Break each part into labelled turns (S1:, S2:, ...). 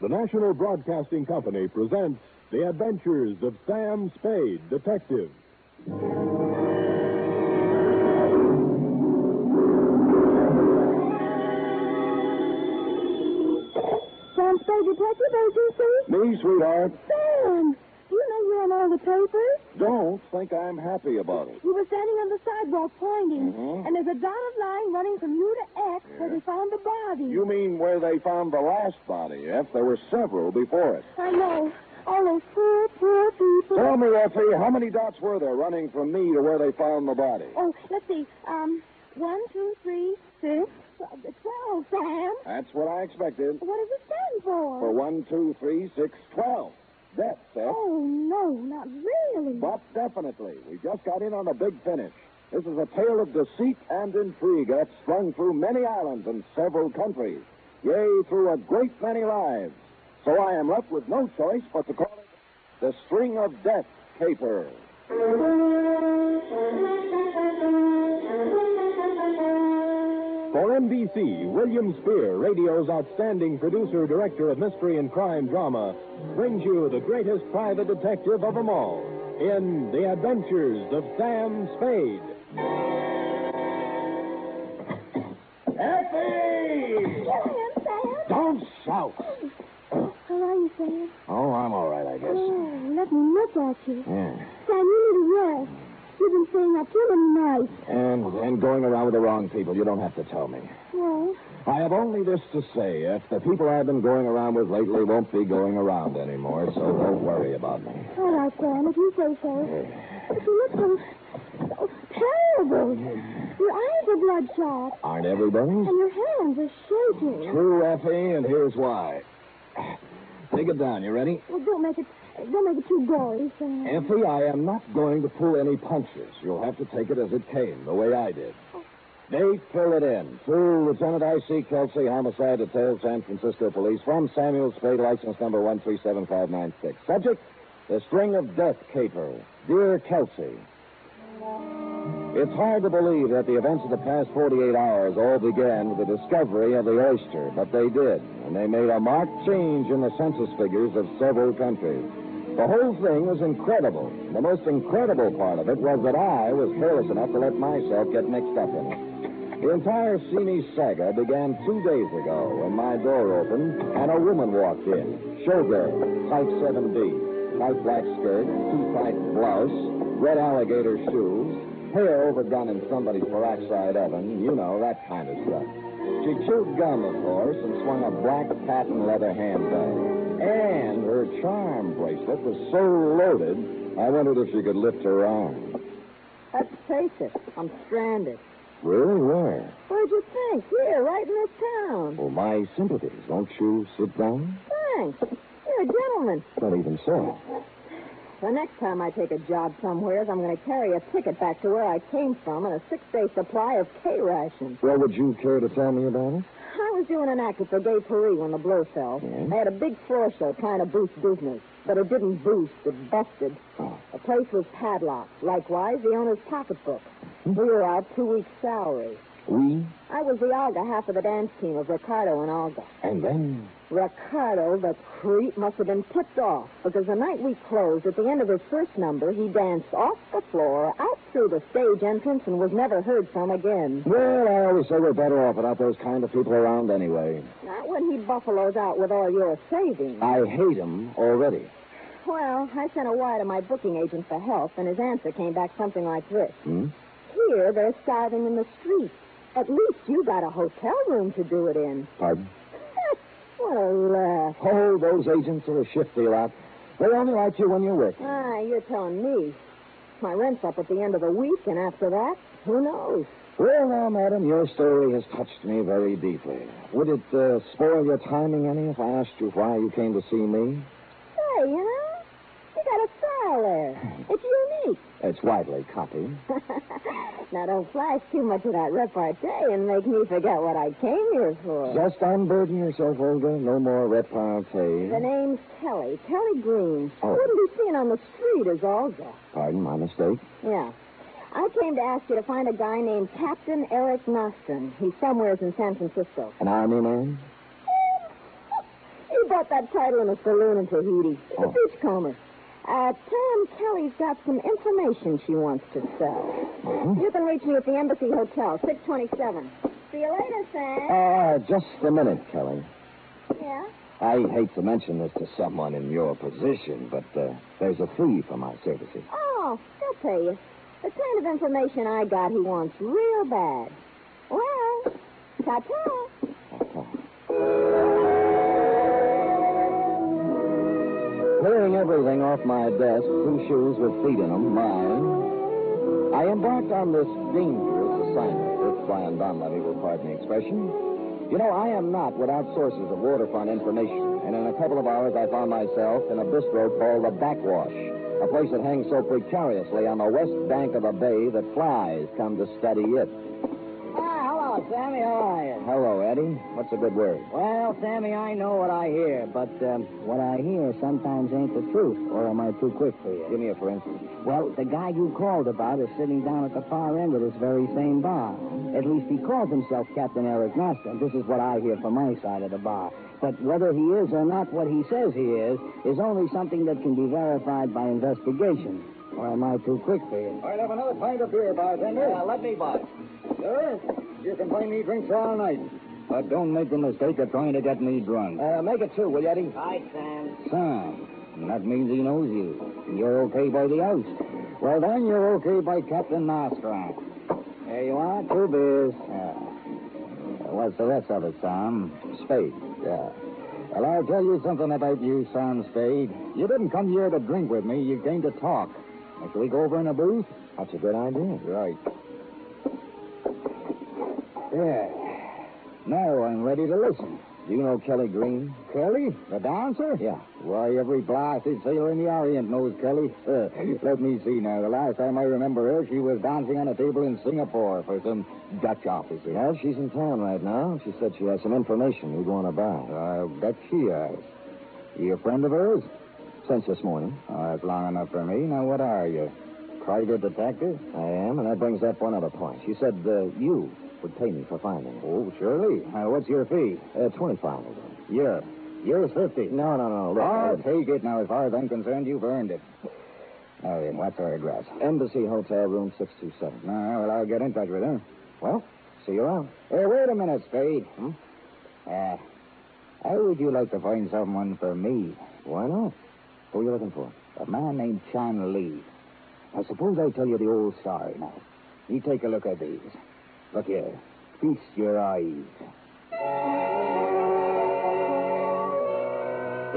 S1: The National Broadcasting Company presents The Adventures of Sam Spade, Detective.
S2: Sam Spade Detective Agency?
S1: Me, sweetheart.
S2: Sam! Do you know you're in all the papers?
S1: Don't think I'm happy about it.
S2: You were standing on the sidewalk pointing,
S1: Mhm.
S2: and there's a dotted line running from you to X where they found the body.
S1: You mean where they found the last body, F? There were several before it.
S2: I know. All those poor, poor people.
S1: Tell me, Effie, how many dots were there running from me to where they found the body?
S2: Oh, let's see. Um, one, two, three, six, tw- twelve, Sam.
S1: That's what I expected.
S2: What does it stand for?
S1: For one, two, three, six, twelve. Deaths, F.
S2: Oh, no, not really.
S1: But definitely, we just got in on a big finish. This is a tale of deceit and intrigue that's strung through many islands and several countries, yea, through a great many lives. So I am left with no choice but to call it the String of Death Caper. For NBC, William Spear, radio's outstanding producer, director of mystery and crime drama, brings you the greatest private detective of them all in The Adventures of Sam Spade. Effie!
S2: Come in, Sam.
S1: Don't shout!
S2: How are you, Sam?
S1: Oh, I'm all right, I guess.
S2: Oh, let me look at you.
S1: Yeah.
S2: Sam, you need a rest. You've been staying up too many nights.
S1: And, and going around with the wrong people, you don't have to tell me.
S2: Well,
S1: I have only this to say. If the people I've been going around with lately won't be going around anymore, so don't worry about me. Eh,
S2: all right, Sam, if you say so. But you look so, so terrible. Your eyes are bloodshot,
S1: Aren't everybody?
S2: and your hands are shaking.
S1: True, Effie, and here's why. Take it down. You ready?
S2: Well, don't make it, don't make it too gory, Sam.
S1: Effie, I am not going to pull any punches. You'll have to take it as it came, the way I did. They fill it in. Through Lieutenant I.C. Kelsey, Homicide Detail, San Francisco Police, from Samuel Spade, license number 137596. Subject, the string of death caper. Dear Kelsey. It's hard to believe that the events of the past 48 hours all began with the discovery of the oyster, but they did, and they made a marked change in the census figures of several countries. The whole thing was incredible. The most incredible part of it was that I was careless enough to let myself get mixed up in it. The entire Simi saga began two days ago when my door opened and a woman walked in. Showgirl, type 7B. Tight black skirt, two-tight blouse, red alligator shoes, hair overdone in somebody's peroxide oven, you know, that kind of stuff. She chewed gum, of course, and swung a black patent leather handbag. And her charm bracelet was so loaded, I wondered if she could lift her arm.
S3: Let's face it, I'm stranded.
S1: Really? Where?
S3: Where'd you think? Here, right in this town.
S1: Well, my sympathies. Won't you sit down?
S3: Thanks. You're a gentleman.
S1: Not even so.
S3: The next time I take a job somewhere, I'm going to carry a ticket back to where I came from and a six-day supply of K rations.
S1: Well, would you care to tell me about it?
S3: I was doing an act at the Gay Paris when the blow fell.
S1: Yeah?
S3: They had a big floor show trying to boost business, but it didn't boost. It busted.
S1: Oh.
S3: The place was padlocked. Likewise, the owner's pocketbook. We were out two weeks' salary.
S1: We?
S3: I was the Alga, half of the dance team of Ricardo and Alga.
S1: And then?
S3: Ricardo, the creep, must have been tipped off because the night we closed, at the end of his first number, he danced off the floor, out through the stage entrance, and was never heard from again.
S1: Well, I always say we're better off without those kind of people around anyway.
S3: Not when he buffaloes out with all your savings.
S1: I hate 'em already.
S3: Well, I sent a wire to my booking agent for help, and his answer came back something like this
S1: Hmm?
S3: Here, they're starving in the street. At least you got a hotel room to do it in. uh,
S1: Pardon?
S3: what a laugh.
S1: Oh, those agents are a shifty lot. They only like you when you're with.
S3: Ah, you're telling me. My rent's up at the end of the week, and after that, who knows?
S1: Well, now, madam, your story has touched me very deeply. Would it uh, spoil your timing any if I asked you why you came to see me?
S3: Hey, you know, you got a style there. It's unique.
S1: It's widely copied.
S3: now, don't flash too much of that repartee and make me forget what I came here for.
S1: Just unburden yourself, Olga. No more repartee.
S3: The name's Kelly, Kelly Green.
S1: Oh.
S3: Wouldn't be seen on the street as Olga.
S1: Pardon my mistake.
S3: Yeah. I came to ask you to find a guy named Captain Eric Noston. He's somewheres in San Francisco.
S1: An army man?
S3: He bought got that title in a saloon in Tahiti. He's a
S1: Oh.
S3: beachcomber. Uh, Tom Kelly's got some information she wants to sell.
S1: Hmm.
S2: Mm-hmm.
S3: You can reach me at the Embassy Hotel, 627.
S2: See you later, Sam.
S1: Ah, just a minute, Kelly.
S2: yeah?
S1: I hate to mention this to someone in your position, but uh, there's a fee for my services.
S3: Oh, he'll pay you. The kind of information I got he wants real bad. Well, ta-ta.
S1: Clearing everything off my desk, two shoes with feet in them, mine, I embarked on this dangerous assignment, if Brian Donlevy will pardon the expression. You know, I am not without sources of waterfront information, and in a couple of hours I found myself in a bistro called the Backwash, a place that hangs so precariously on the west bank of a bay that flies come to study it.
S4: Ah, hello, Sammy. How are you?
S1: Hello, Eddie. What's a good word?
S4: Well, Sammy, I know what I hear, but um, what I hear sometimes ain't the truth, or am I too quick for you?
S1: Give me a for instance.
S4: Well, the guy you called about is sitting down at the far end of this very same bar. At least he calls himself Captain Eric Nostin. This is what I hear from my side of the bar. But whether he is or not what he says he is, is only something that can be verified by investigation. Or am I too quick for you?
S1: All right, have another pint of beer, bartender. Yeah, let me buy. Sure. You can buy me drinks all night. But don't make the mistake of trying to get me drunk. Uh, make it two, will you, Eddie?
S4: Hi, Sam.
S1: Fine. And that means he knows you. You're okay by the host. Well, then you're okay by Captain Nostrom. There you are, two beers. Uh, what's the rest of it, Sam? Spade, yeah. Well, I'll tell you something about you, Sam Spade. You didn't come here to drink with me. You came to talk. Now, shall we go over in a booth? That's a good idea. Right. Yeah. Now I'm ready to listen. Do you know Kelly Green? Kelly? The dancer? Yeah. Why, every blasted sailor in the Orient knows Kelly. Uh, let me see now. The last time I remember her, she was dancing on a table in Singapore for some Dutch officer. Yeah, she's in town right now. She said she has some information we'd want to buy. I bet she has. You a friend of hers? Since this morning. Oh, that's long enough for me. Now, what are you? Private detective? I am, and that brings up one other point. She said uh, you would pay me for finding her. Oh, surely. Uh, what's your fee? Uh, 25 Yeah. Yours 50 No, no, no. Look, I'll take it now. As far as I'm concerned, you've earned it. Now then, what's her address? Embassy Hotel, room 627. Ah, well, I'll get in touch with her. Well, see you around. Hey, wait a minute, Spade. Hmm? Uh, how would you like to find someone for me? Why not? Who are you looking for? A man named Chan Lee. Now, suppose I tell you the old story now. You take a look at these. Look here. Feast your eyes.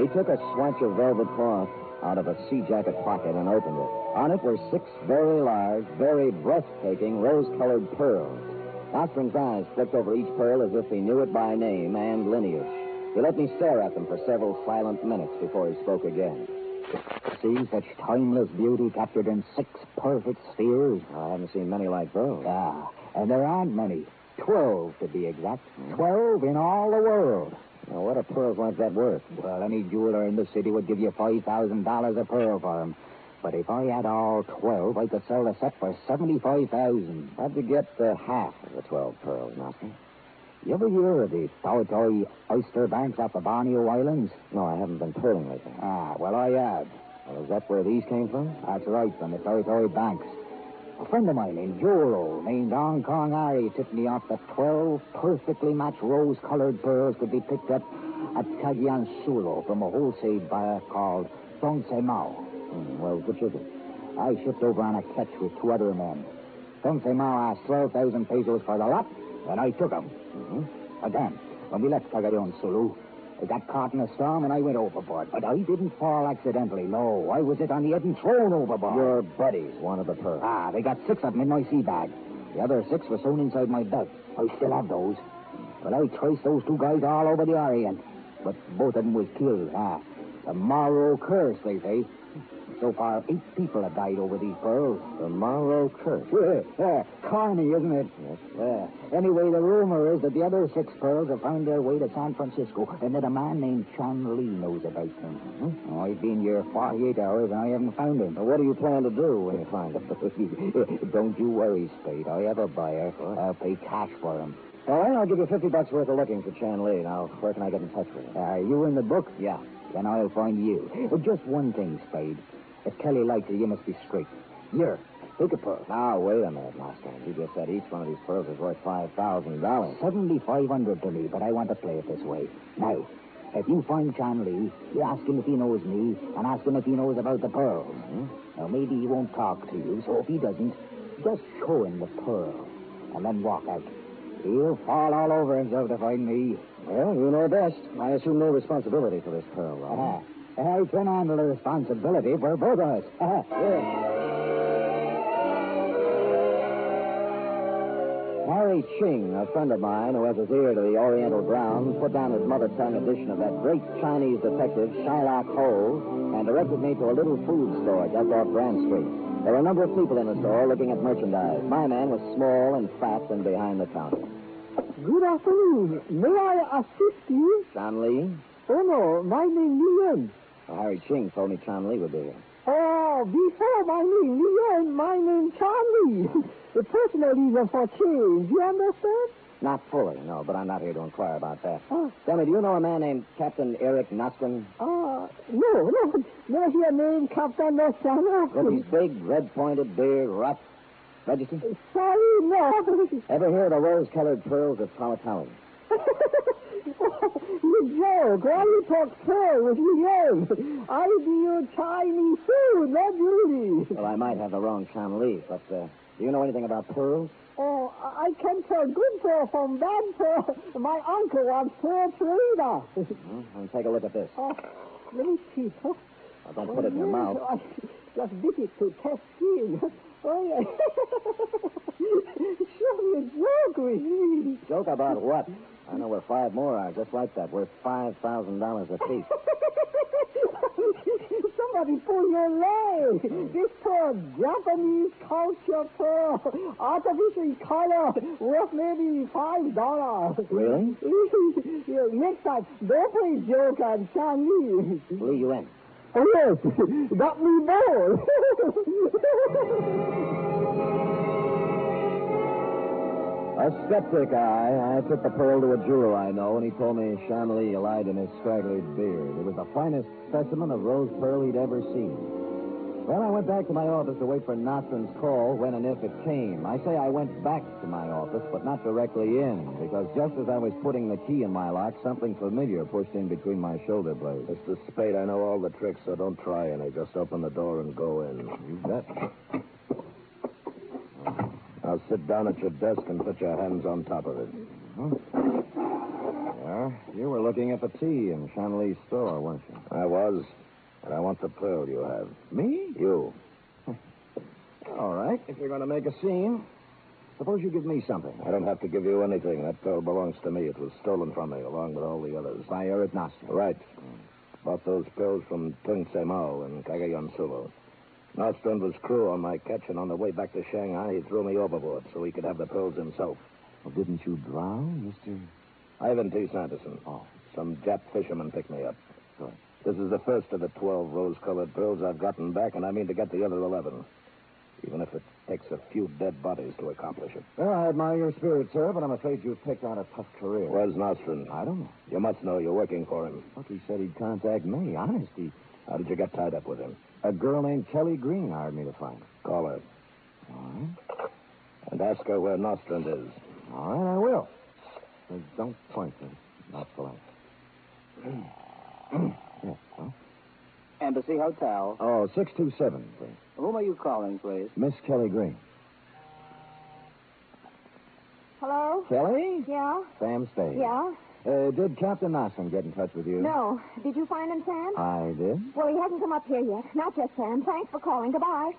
S1: He took a swatch of velvet cloth out of a sea jacket pocket and opened it. On it were six very large, very breathtaking rose-colored pearls. Nostrum's eyes flicked over each pearl as if he knew it by name and lineage. He let me stare at them for several silent minutes before he spoke again. See such timeless beauty captured in six perfect spheres? Oh, I haven't seen many like those.
S4: Ah, and there aren't many. Twelve, to be exact. Twelve in all the world.
S1: Now, what are pearls like that worth?
S4: Well, any jeweler in the city would give you $5,000 a pearl for 'em. But if I had all 12, I could sell the set for 75000
S1: How'd you get the half of the 12 pearls, Nostril?
S4: You ever hear of the Tautoi oyster banks off the Borneo Islands?
S1: No, I haven't been pearling lately.
S4: Ah, well, I have.
S1: Well, is that where these came from?
S4: That's right, from the Tautoi banks. A friend of mine named Juro, named Hong Kong Ari, tipped me off that 12 perfectly matched rose-colored pearls could be picked up at Kagian Suro from a wholesale buyer called Tongse Mao.
S1: Hmm, well, which is it?
S4: I shipped over on a catch with two other men. Tongse Mao asked 12,000 pesos for the lot, and I took 'em. Mm-hmm. But then, when we left Cagayan Sulu, I got caught in a storm and I went overboard. But I didn't fall accidentally, no. I was hit on the head and thrown overboard.
S1: Your buddies wanted the pearls.
S4: Ah, they got six of them in my sea bag. The other six were sewn inside my belt. I still have those. But I traced those two guys all over the Orient. But both of them was killed. Ah, the Morrow curse, they say. So far, eight people have died over these pearls.
S1: The Morrow Curse.
S4: Uh, corny, isn't it?
S1: Yes.
S4: Uh, anyway, the rumor is that the other six pearls have found their way to San Francisco, and that a man named Chan Lee knows about them. Oh, I've been here 48 hours, and I haven't found him.
S1: Now, what do you plan to do when you find them?
S4: Don't you worry, Spade. I have a buyer. I'll pay cash for him.
S1: All right, I'll give you 50 bucks worth of looking for Chan Lee. Now, where can I get in touch with you?
S4: Are Uh, you in the book? Yeah. Then I'll find you. But just one thing, Spade. If Kelly likes you, you must be straight. You're Hiccuper.
S1: Now, wait a minute, Master. You just said each one of these pearls is worth $5,000.
S4: Suddenly 500 to me, but I want to play it this way. Now, if you find Chan Lee, you ask him if he knows me, and ask him if he knows about the pearls. hmm? Now, maybe he won't talk to you, so if he doesn't, just show him the pearl, and then walk out. He'll fall all over himself to find me.
S1: Well, you know best. I assume no responsibility for this pearl, Robin.
S4: Ah, I can handle the responsibility for both of us. Ah, yeah.
S1: Harry Ching, a friend of mine who has his ear to the Oriental ground, put down his mother tongue edition of that great Chinese detective, Shylock Hole, and directed me to a little food store just off Grand Street. There were a number of people in the store looking at merchandise. My man was small and fat and behind the counter.
S5: Good afternoon. May I assist you?
S1: Chan Lee?
S5: Oh, no. My name Li Yan.
S1: Well, Harry Ching told me Chan Lee would be here.
S5: Oh, before my name Li Yan, my name Charlie. the personal reason for change. You understand?
S1: Not fully, no, but I'm not here to inquire about that.
S5: Oh.
S1: Tell me, do you know a man named Captain Eric Nostrin?
S5: Uh, no, no. No, your name, Captain
S1: With
S5: Nelson.
S1: his big, red-pointed beard, rough. Register?
S5: Sorry, no.
S1: Ever hear of the rose-colored pearls of Powhatan?
S5: you joke. Why you talk pearl with Li Yan? I do your Chinese food, not beauty.
S1: Well, I might have the wrong Chan Lee, but uh, do you know anything about pearls?
S5: Oh, I I can tell good pearl from bad pearl. My uncle was pearl trader.
S1: Hmm? And take a look at this.
S5: oh, let me see. Oh, Huh?
S1: Now, don't put it in your mouth.
S5: Oh, I just dip it to test skin. Oh, yeah. Sure, you joke with me.
S1: Joke about what? I know where five more are just like that, worth $5,000 apiece.
S5: Somebody pull your leg. This pearl, Japanese culture pearl, artificial color, worth maybe five dollars.
S1: Really?
S5: Yeah, Next time, don't play joke on Chinese.
S1: Lee, you in.
S5: Oh, yes, got me bored.
S1: A skeptic I, I took the pearl to a jeweler I know, and he told me Chamely lied in his straggly beard. It was the finest specimen of rose pearl he'd ever seen. Well, I went back to my office to wait for Nostrin's call when and if it came. I say I went back to my office, but not directly in, because just as I was putting the key in my lock, something familiar pushed in between my shoulder blades. Mr. Spade, I know all the tricks, so don't try any. Just open the door and go in. You bet. Now sit down at your desk and put your hands on top of it. Hmm? Yeah? You were looking at the tea in Chanley's store, weren't you? I was. And I want the pearl you have. Me? You. All right, if you're going to make a scene. Suppose you give me something. I don't have to give you anything. That pearl belongs to me. It was stolen from me, along with all the others.
S4: By Eric Nostra.
S1: Right. Bought those pearls from Tung Tse Mao and Kagayan Sulo. Nostrand was crew on my catch, and on the way back to Shanghai, he threw me overboard so he could have the pearls himself.
S4: Well, didn't you drown, Mr.
S1: Ivan T. Sanderson.
S4: Oh.
S1: Some Jap fisherman picked me up.
S4: Good.
S1: This is the first of the 12 rose colored pearls I've gotten back, and I mean to get the other 11. Even if it takes a few dead bodies to accomplish it.
S4: Well, I admire your spirit, sir, but I'm afraid you've picked out a tough career.
S1: Where's Nostrand?
S4: I don't know.
S1: You must know you're working for him.
S4: But he said he'd contact me. Honesty.
S1: How did you get tied up with him?
S4: A girl named Kelly Green hired me to find him.
S1: Call her
S4: All right.
S1: and ask her where Nostrand is.
S4: All right, I will. But don't point me. Not polite. yeah, well.
S6: Embassy Hotel.
S1: Oh, 627, please.
S6: Whom are you calling, please?
S1: Miss Kelly Green.
S2: Hello?
S1: Kelly?
S2: Yeah?
S1: Sam Spade.
S2: Yeah?
S1: Uh, did Captain Nossen get in touch with you?
S2: No. Did you find him, Sam?
S1: I did.
S2: Well, he hasn't come up here yet. Not yet, Sam. Thanks for calling. Goodbye.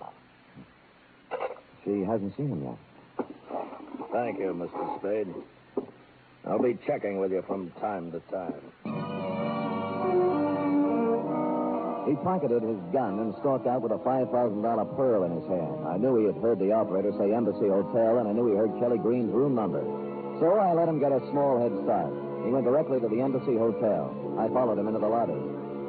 S1: She hasn't seen him yet. Thank you, Mr. Spade. I'll be checking with you from time to time. He pocketed his gun and stalked out with a $5,000 pearl in his hand. I knew he had heard the operator say Embassy Hotel, and I knew he heard Kelly Green's room number. So I let him get a small head start. He went directly to the Embassy Hotel. I followed him into the lobby.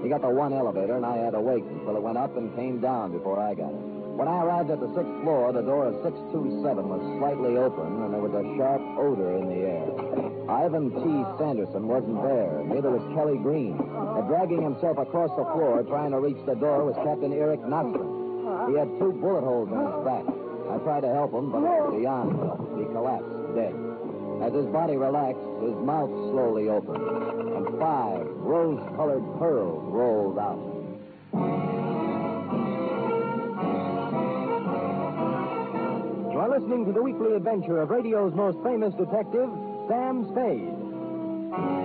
S1: He got the one elevator, and I had to wait until it went up and came down before I got it. When I arrived at the sixth floor, the door of 627 was slightly open, and there was a sharp odor in the air. Ivan T. Sanderson wasn't there, neither was Kelly Green. And dragging himself across the floor, trying to reach the door, was Captain Eric Nostrum. He had two bullet holes in his back. I tried to help him, but it was beyond help. He collapsed, dead. As his body relaxed, his mouth slowly opened, and five rose-colored pearls rolled out.
S7: You are listening to the weekly adventure of radio's most famous detective, Sam Spade.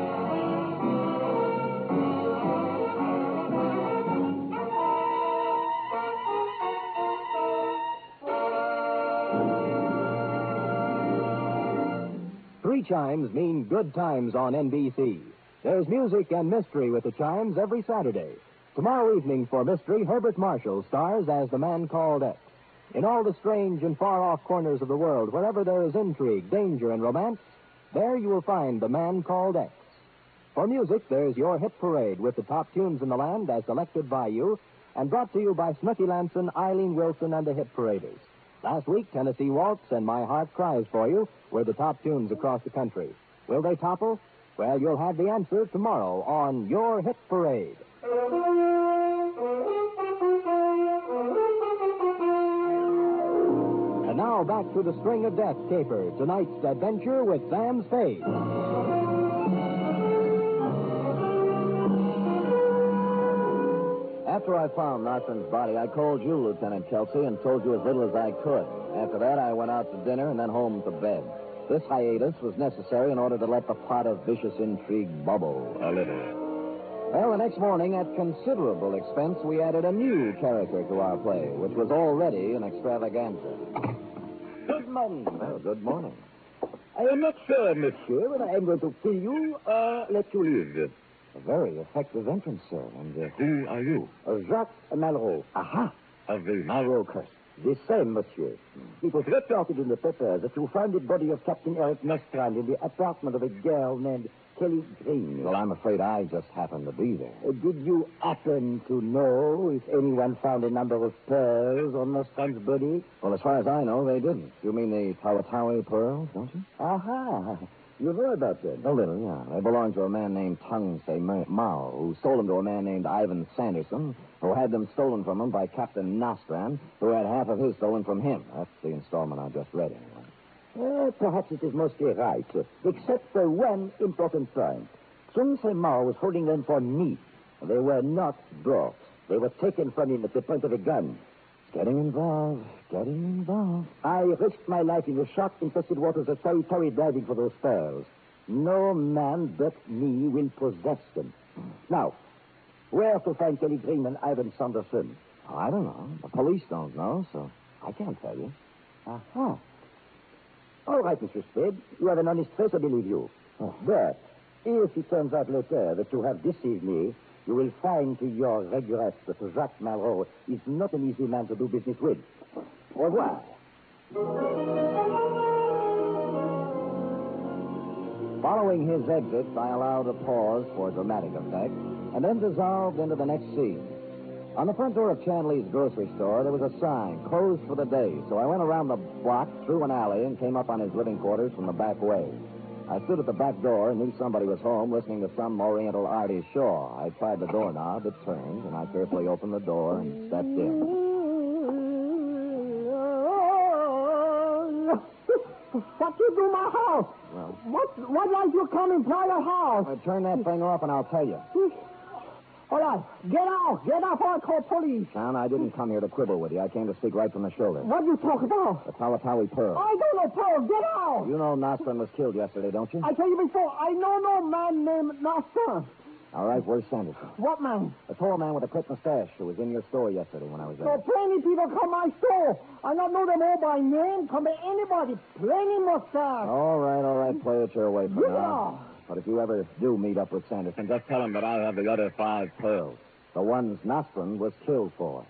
S7: Three chimes mean good times on NBC. There's music and mystery with the chimes every Saturday. Tomorrow evening for Mystery, Herbert Marshall stars as the man called X. In all the strange and far off corners of the world, wherever there is intrigue, danger, and romance, there you will find the man called X. For music, there's your hit parade with the top tunes in the land as selected by you and brought to you by Snooky Lanson, Eileen Wilson, and the Hit Paraders. Last week, Tennessee Waltz and My Heart Cries for You were the top tunes across the country. Will they topple? Well, you'll have the answer tomorrow on Your Hit Parade. And now back to the String of Death caper, tonight's adventure with Sam Spade.
S1: After I found Narkin's body, I called you, Lieutenant Kelsey, and told you as little as I could. After that, I went out to dinner and then home to bed. This hiatus was necessary in order to let the pot of vicious intrigue bubble a little. Well, the next morning, at considerable expense, we added a new character to our play, which was already an extravaganza. Good morning. Well, good morning. I am not sure, monsieur, whether I am going to kill you or let you live. A very effective entrance, sir. And uh, who are you?
S8: Jacques Malraux,
S1: Aha!
S8: of the Malraux curse. The same, monsieur. It was reported in the papers that you found the body of Captain Eric Nostrand in the apartment of a girl named Kelly Green.
S1: Well, I'm afraid I just happened to be there.
S8: Uh, Did you happen to know if anyone found a number of pearls on Nostrand's body?
S1: Well, as far as I know, they didn't. You mean the Tawatawi pearls, don't you?
S8: Aha! You know about them.
S1: A little, yeah. They belonged to a man named Tung Se Ma- Mao, who sold them to a man named Ivan Sanderson, who had them stolen from him by Captain Nostran, who had half of his stolen from him. That's the installment I just read, anyway.
S8: Uh, perhaps it is mostly right, except for one important point. Sun Se Mao was holding them for me. They were not brought. They were taken from him at the point of a gun.
S1: Getting involved, getting involved.
S8: I risked my life in the shark-infested waters of Tawi-Tawi diving for those pearls. No man but me will possess them. Now, where to find Kelly Green and Ivan Sanderson?
S1: Oh, I don't know. The police don't know, so I can't tell you.
S8: Aha. All right, Mr. Spade. You have an honest face, I believe you.
S1: Oh.
S8: But if it turns out later that you have deceived me, you will find to your regret that Jacques Malraux is not an easy man to do business with. Au revoir.
S1: Following his exit, I allowed a pause for dramatic effect, and then dissolved into the next scene. On the front door of Chandley's grocery store, there was a sign, closed for the day, so I went around the block, through an alley, and came up on his living quarters from the back way. I stood at the back door and knew somebody was home listening to some oriental arty show. I tried the doorknob, it turned, and I carefully opened the door and stepped in.
S5: What you do my house?
S1: Well,
S5: What what like you come into your house?
S1: uh, turn that thing off and I'll tell you.
S5: All right, get out, get out or I call police.
S1: Son, I didn't come here to quibble with you. I came to speak right from the shoulder.
S5: What you talk about?
S1: The Palatawi Pearl.
S5: I don't know, Paul. Get out!
S1: You know Nostran was killed yesterday, don't you?
S5: I tell you before, I know no man named Master.
S1: All right, where's Sanderson?
S5: What man?
S1: The tall man with the quick mustache who was in your store yesterday when I was
S5: So
S1: there.
S5: plenty people come my store. I not know them all by name. Come by anybody. Plenty mustache.
S1: All right, all right, play it your way for
S5: Get
S1: now.
S5: out!
S1: But if you ever do meet up with Sanderson, just tell him that I have the other five pearls. The ones Nostran was killed for.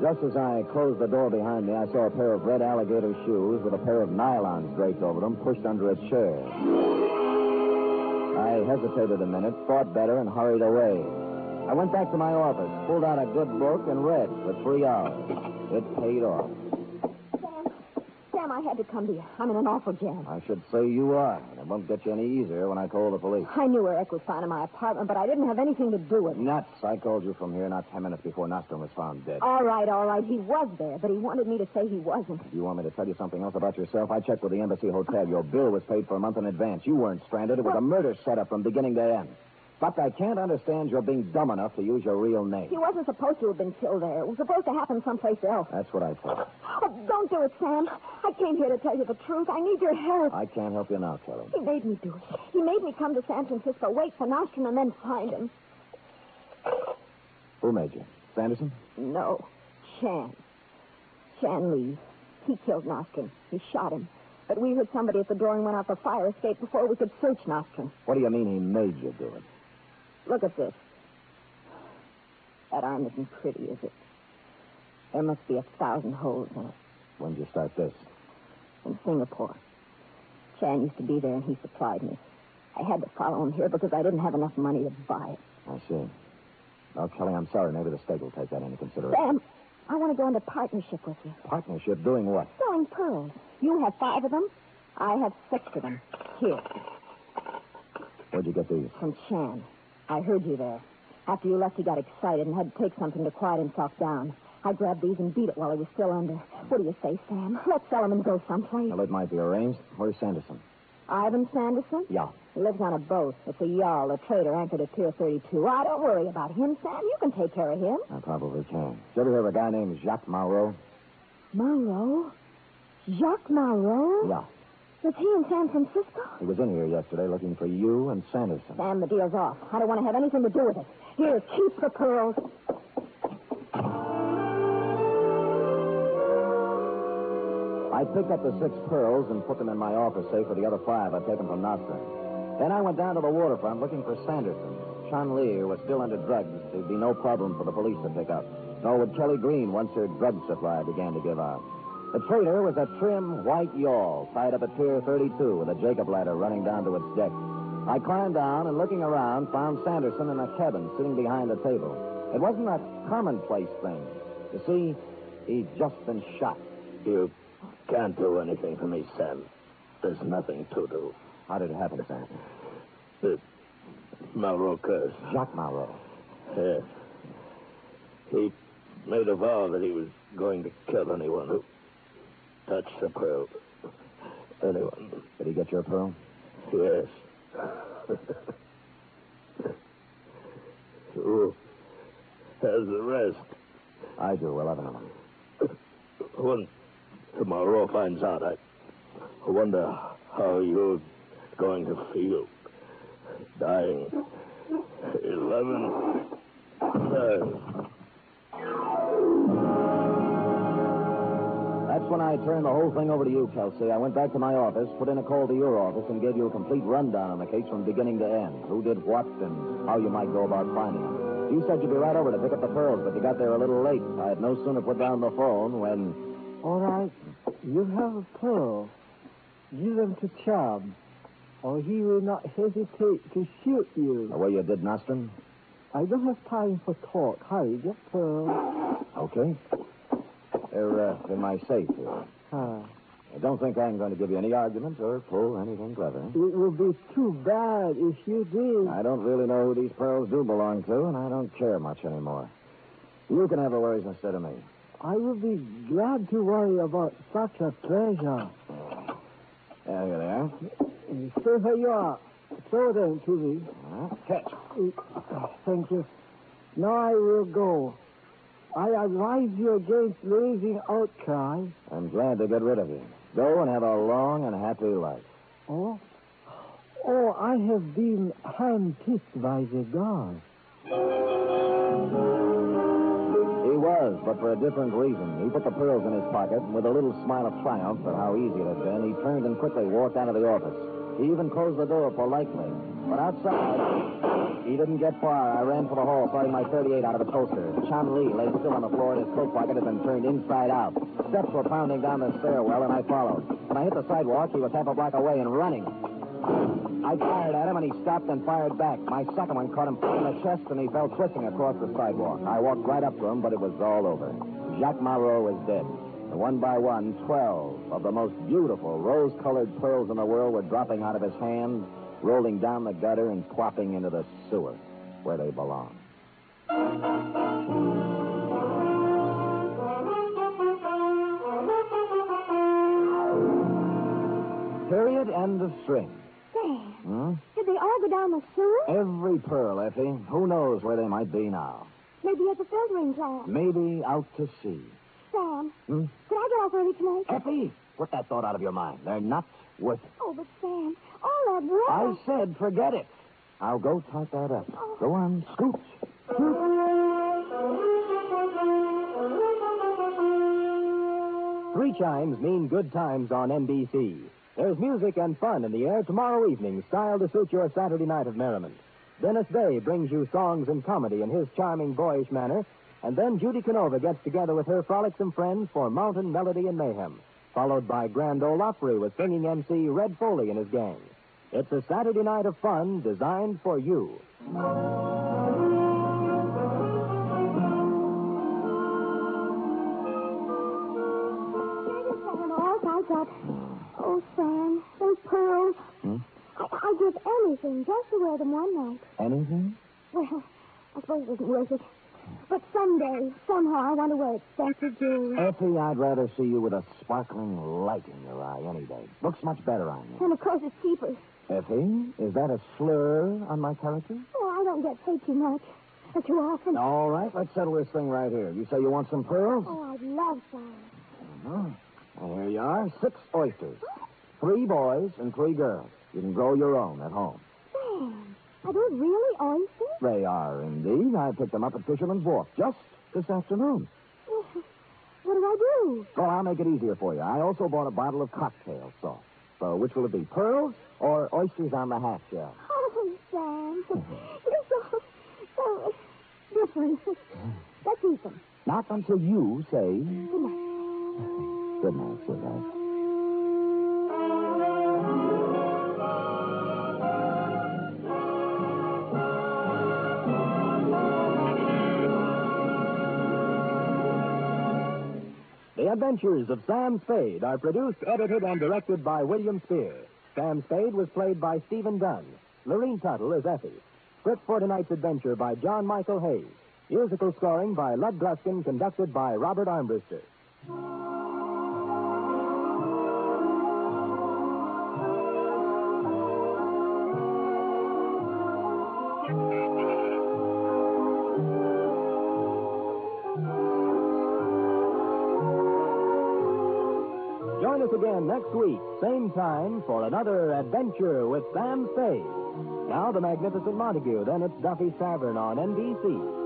S1: Just as I closed the door behind me, I saw a pair of red alligator shoes with a pair of nylons draped over them pushed under a chair. I hesitated a minute, thought better, and hurried away. I went back to my office, pulled out a good book, and read for three hours. It paid off.
S2: Sam, Sam, I had to come to you. I'm in an awful jam.
S1: I should say you are, and it won't get you any easier when I call the police.
S2: I knew Eric was fine in my apartment, but I didn't have anything to do with it.
S1: Nuts. I called you from here not ten minutes before Nostrum was found dead.
S2: All right, all right. He was there, but he wanted me to say he wasn't.
S1: Do you want me to tell you something else about yourself? I checked with the Embassy Hotel. Your bill was paid for a month in advance. You weren't stranded. It was a murder setup from beginning to end. But I can't understand your being dumb enough to use your real name.
S2: He wasn't supposed to have been killed there. It was supposed to happen someplace else.
S1: That's what I thought.
S2: Oh, don't do it, Sam. I came here to tell you the truth. I need your help.
S1: I can't help you now, Kelly.
S2: He made me do it. He made me come to San Francisco, wait for Nostrum, and then find him.
S1: Who made you? Sanderson?
S2: No. Chan. Chan Lee. He killed Nostrum. He shot him. But we heard somebody at the door and went out the fire escape before we could search Nostrum.
S1: What do you mean he made you do it?
S2: Look at this. That arm isn't pretty, is it? There must be a thousand holes in it.
S1: When did you start this?
S2: In Singapore. Chan used to be there and he supplied me. I had to follow him here because I didn't have enough money to buy it.
S1: I see. Well, Kelly, I'm sorry. Maybe the state will take that into consideration.
S2: Sam, I want to go into partnership with you.
S1: Partnership doing what?
S2: Selling pearls. You have five of them. I have six of them. Here,
S1: Where'd you get these?
S2: from Chan. I heard you there. After you left, he got excited and had to take something to quiet himself down. I grabbed these and beat it while he was still under. What do you say, Sam? Let's sell them and go someplace.
S1: Well, it might be arranged. Where's Sanderson?
S2: Ivan Sanderson?
S1: Yeah.
S2: He lives on a boat. It's a yawl, a trader anchored at Pier 32. Ah, don't worry about him, Sam. You can take care of him.
S1: I probably can. Did you ever hear of a guy named Jacques Moreau?
S2: Monroe? Jacques Monroe?
S1: Yeah.
S2: Was he in San Francisco?
S1: He was in here yesterday looking for you and Sanderson.
S2: Sam, the deal's off. I don't want to have anything to do with it. Here, keep the pearls.
S1: I picked up the six pearls and put them in my office safe with the other five I'd taken from Nostra. Then I went down to the waterfront looking for Sanderson. Sean Lee was still under drugs. There'd be no problem for the police to pick up. Nor would Kelly Green once her drug supply began to give out. The trader was a trim, white yawl tied up at Pier 32 with a Jacob ladder running down to its deck. I climbed down and looking around found Sanderson in a cabin sitting behind a table. It wasn't a commonplace thing. You see, he'd just been shot.
S8: You can't do anything for me, Sam. There's nothing to do.
S1: How did it happen, Sanderson?
S8: The Malro curse.
S1: Jacques Malraux.
S8: Yes. He made a vow that he was going to kill anyone who touched the pearl. Anyone.
S1: Did he get your pearl?
S8: Yes. Who has the rest?
S1: I do, 11 of them.
S8: When tomorrow finds out, I wonder how you're going to feel. Dying. Eleven. times.
S1: That's when I turned the whole thing over to you, Kelsey. I went back to my office, put in a call to your office, and gave you a complete rundown on the case from beginning to end. Who did what and how you might go about finding them. You said you'd be right over to pick up the pearls, but you got there a little late. I had no sooner put down the phone when...
S5: All right. You have a pearl. Give them to Chubb, or he will not hesitate to shoot
S1: The
S5: you.
S1: way you did, Nostrum?
S5: I don't have time for talk. Hurry, get pearl.
S1: Okay. They're uh, in my safe here.
S5: Ah,
S1: I don't think I'm going to give you any arguments or pull anything clever.
S5: it would be too bad if you did.
S1: I don't really know who these pearls do belong to, and I don't care much anymore. You can have the worries instead of me.
S5: I would be glad to worry about such a treasure.
S1: Yeah, here they are.
S5: And Stay where you are. Throw them to me.
S1: Huh? Catch.
S5: Uh, Thank you. Now I will go. I advise you against raising outcry.
S1: I'm glad to get rid of you. Go and have a long and happy life.
S5: Oh? Oh, I have been handpicked by the gods.
S1: He was, but for a different reason. He put the pearls in his pocket, and with a little smile of triumph at how easy it had been, he turned and quickly walked out of the office. He even closed the door politely. But outside, he didn't get far. I ran for the hall, fighting my 38 out of a toaster. Chun Lee lay still on the floor, and his coat pocket had been turned inside out. Steps were pounding down the stairwell, and I followed. When I hit the sidewalk, he was half a block away and running. I I fired at him, and he stopped and fired back. My second one caught him in the chest, and he fell twisting across the sidewalk. I walked right up to him, but it was all over. Jacques Marot was dead. And one by one, 12 of the most beautiful rose colored pearls in the world were dropping out of his hand, rolling down the gutter, and plopping into the sewer where they belong. Period. End of string.
S2: Sam,
S1: Hmm?
S2: did they all go down the sewer?
S1: Every pearl, Effie. Who knows where they might be now?
S2: Maybe at the filtering plant.
S1: Maybe out to sea.
S2: Sam,
S1: Hmm?
S2: could I get off early tonight?
S1: Effie, put that thought out of your mind. They're not worth it.
S2: Oh, but Sam, all that water.
S1: I said forget it. I'll go type that up. Go on, scoot.
S9: Three chimes mean good times on NBC. There's music and fun in the air tomorrow evening, styled to suit your Saturday night of merriment. Dennis Day brings you songs and comedy in his charming, boyish manner, and then Judy Canova gets together with her frolicsome friends for Mountain Melody and Mayhem, followed by Grand Ole Opry with singing MC Red Foley and his gang. It's a Saturday night of fun designed for you.
S2: Sam, all I got. Oh, Sam, those pearls.
S1: Hmm?
S2: I, I'd give anything just to wear them one night.
S1: Anything?
S2: Well, I suppose it isn't worth it. But someday, somehow, I want to wear expensive jewelry.
S1: Effie, I'd rather see you with a sparkling light in your eye any day. Looks much better on you.
S2: And of course, it's cheaper.
S1: Effie, is that a slur on my character?
S2: Oh, I don't get paid too much. Or too often.
S1: All right, let's settle this thing right here. You say you want some pearls? Uh-huh.
S2: Oh, I'd love Sam.
S1: Well, here you are. Six oysters. Three boys and three girls. You can grow your own at home.
S2: Sam, are those really oysters?
S1: They are indeed. I picked them up at Fisherman's Wharf just this afternoon.
S2: Well, what do I do?
S1: Well, I'll make it easier for you. I also bought a bottle of cocktail sauce. So which will it be, pearls or oysters on the half shell?
S2: Oh, Sam, you're so, so different. Let's eat them.
S1: Not until you say
S2: Good night.
S1: good night, sweetheart.
S9: The Adventures of Sam Spade are produced, edited, and directed by William Spear. Sam Spade was played by Stephen Dunn. Lorene Tuttle is Effie. Script for tonight's adventure by John Michael Hayes. Musical scoring by Lud Gluskin, conducted by Robert Armbruster. Join us again next week, same time, for another adventure with Sam Spade. Now the magnificent Montague, then it's Duffy's Tavern on NBC.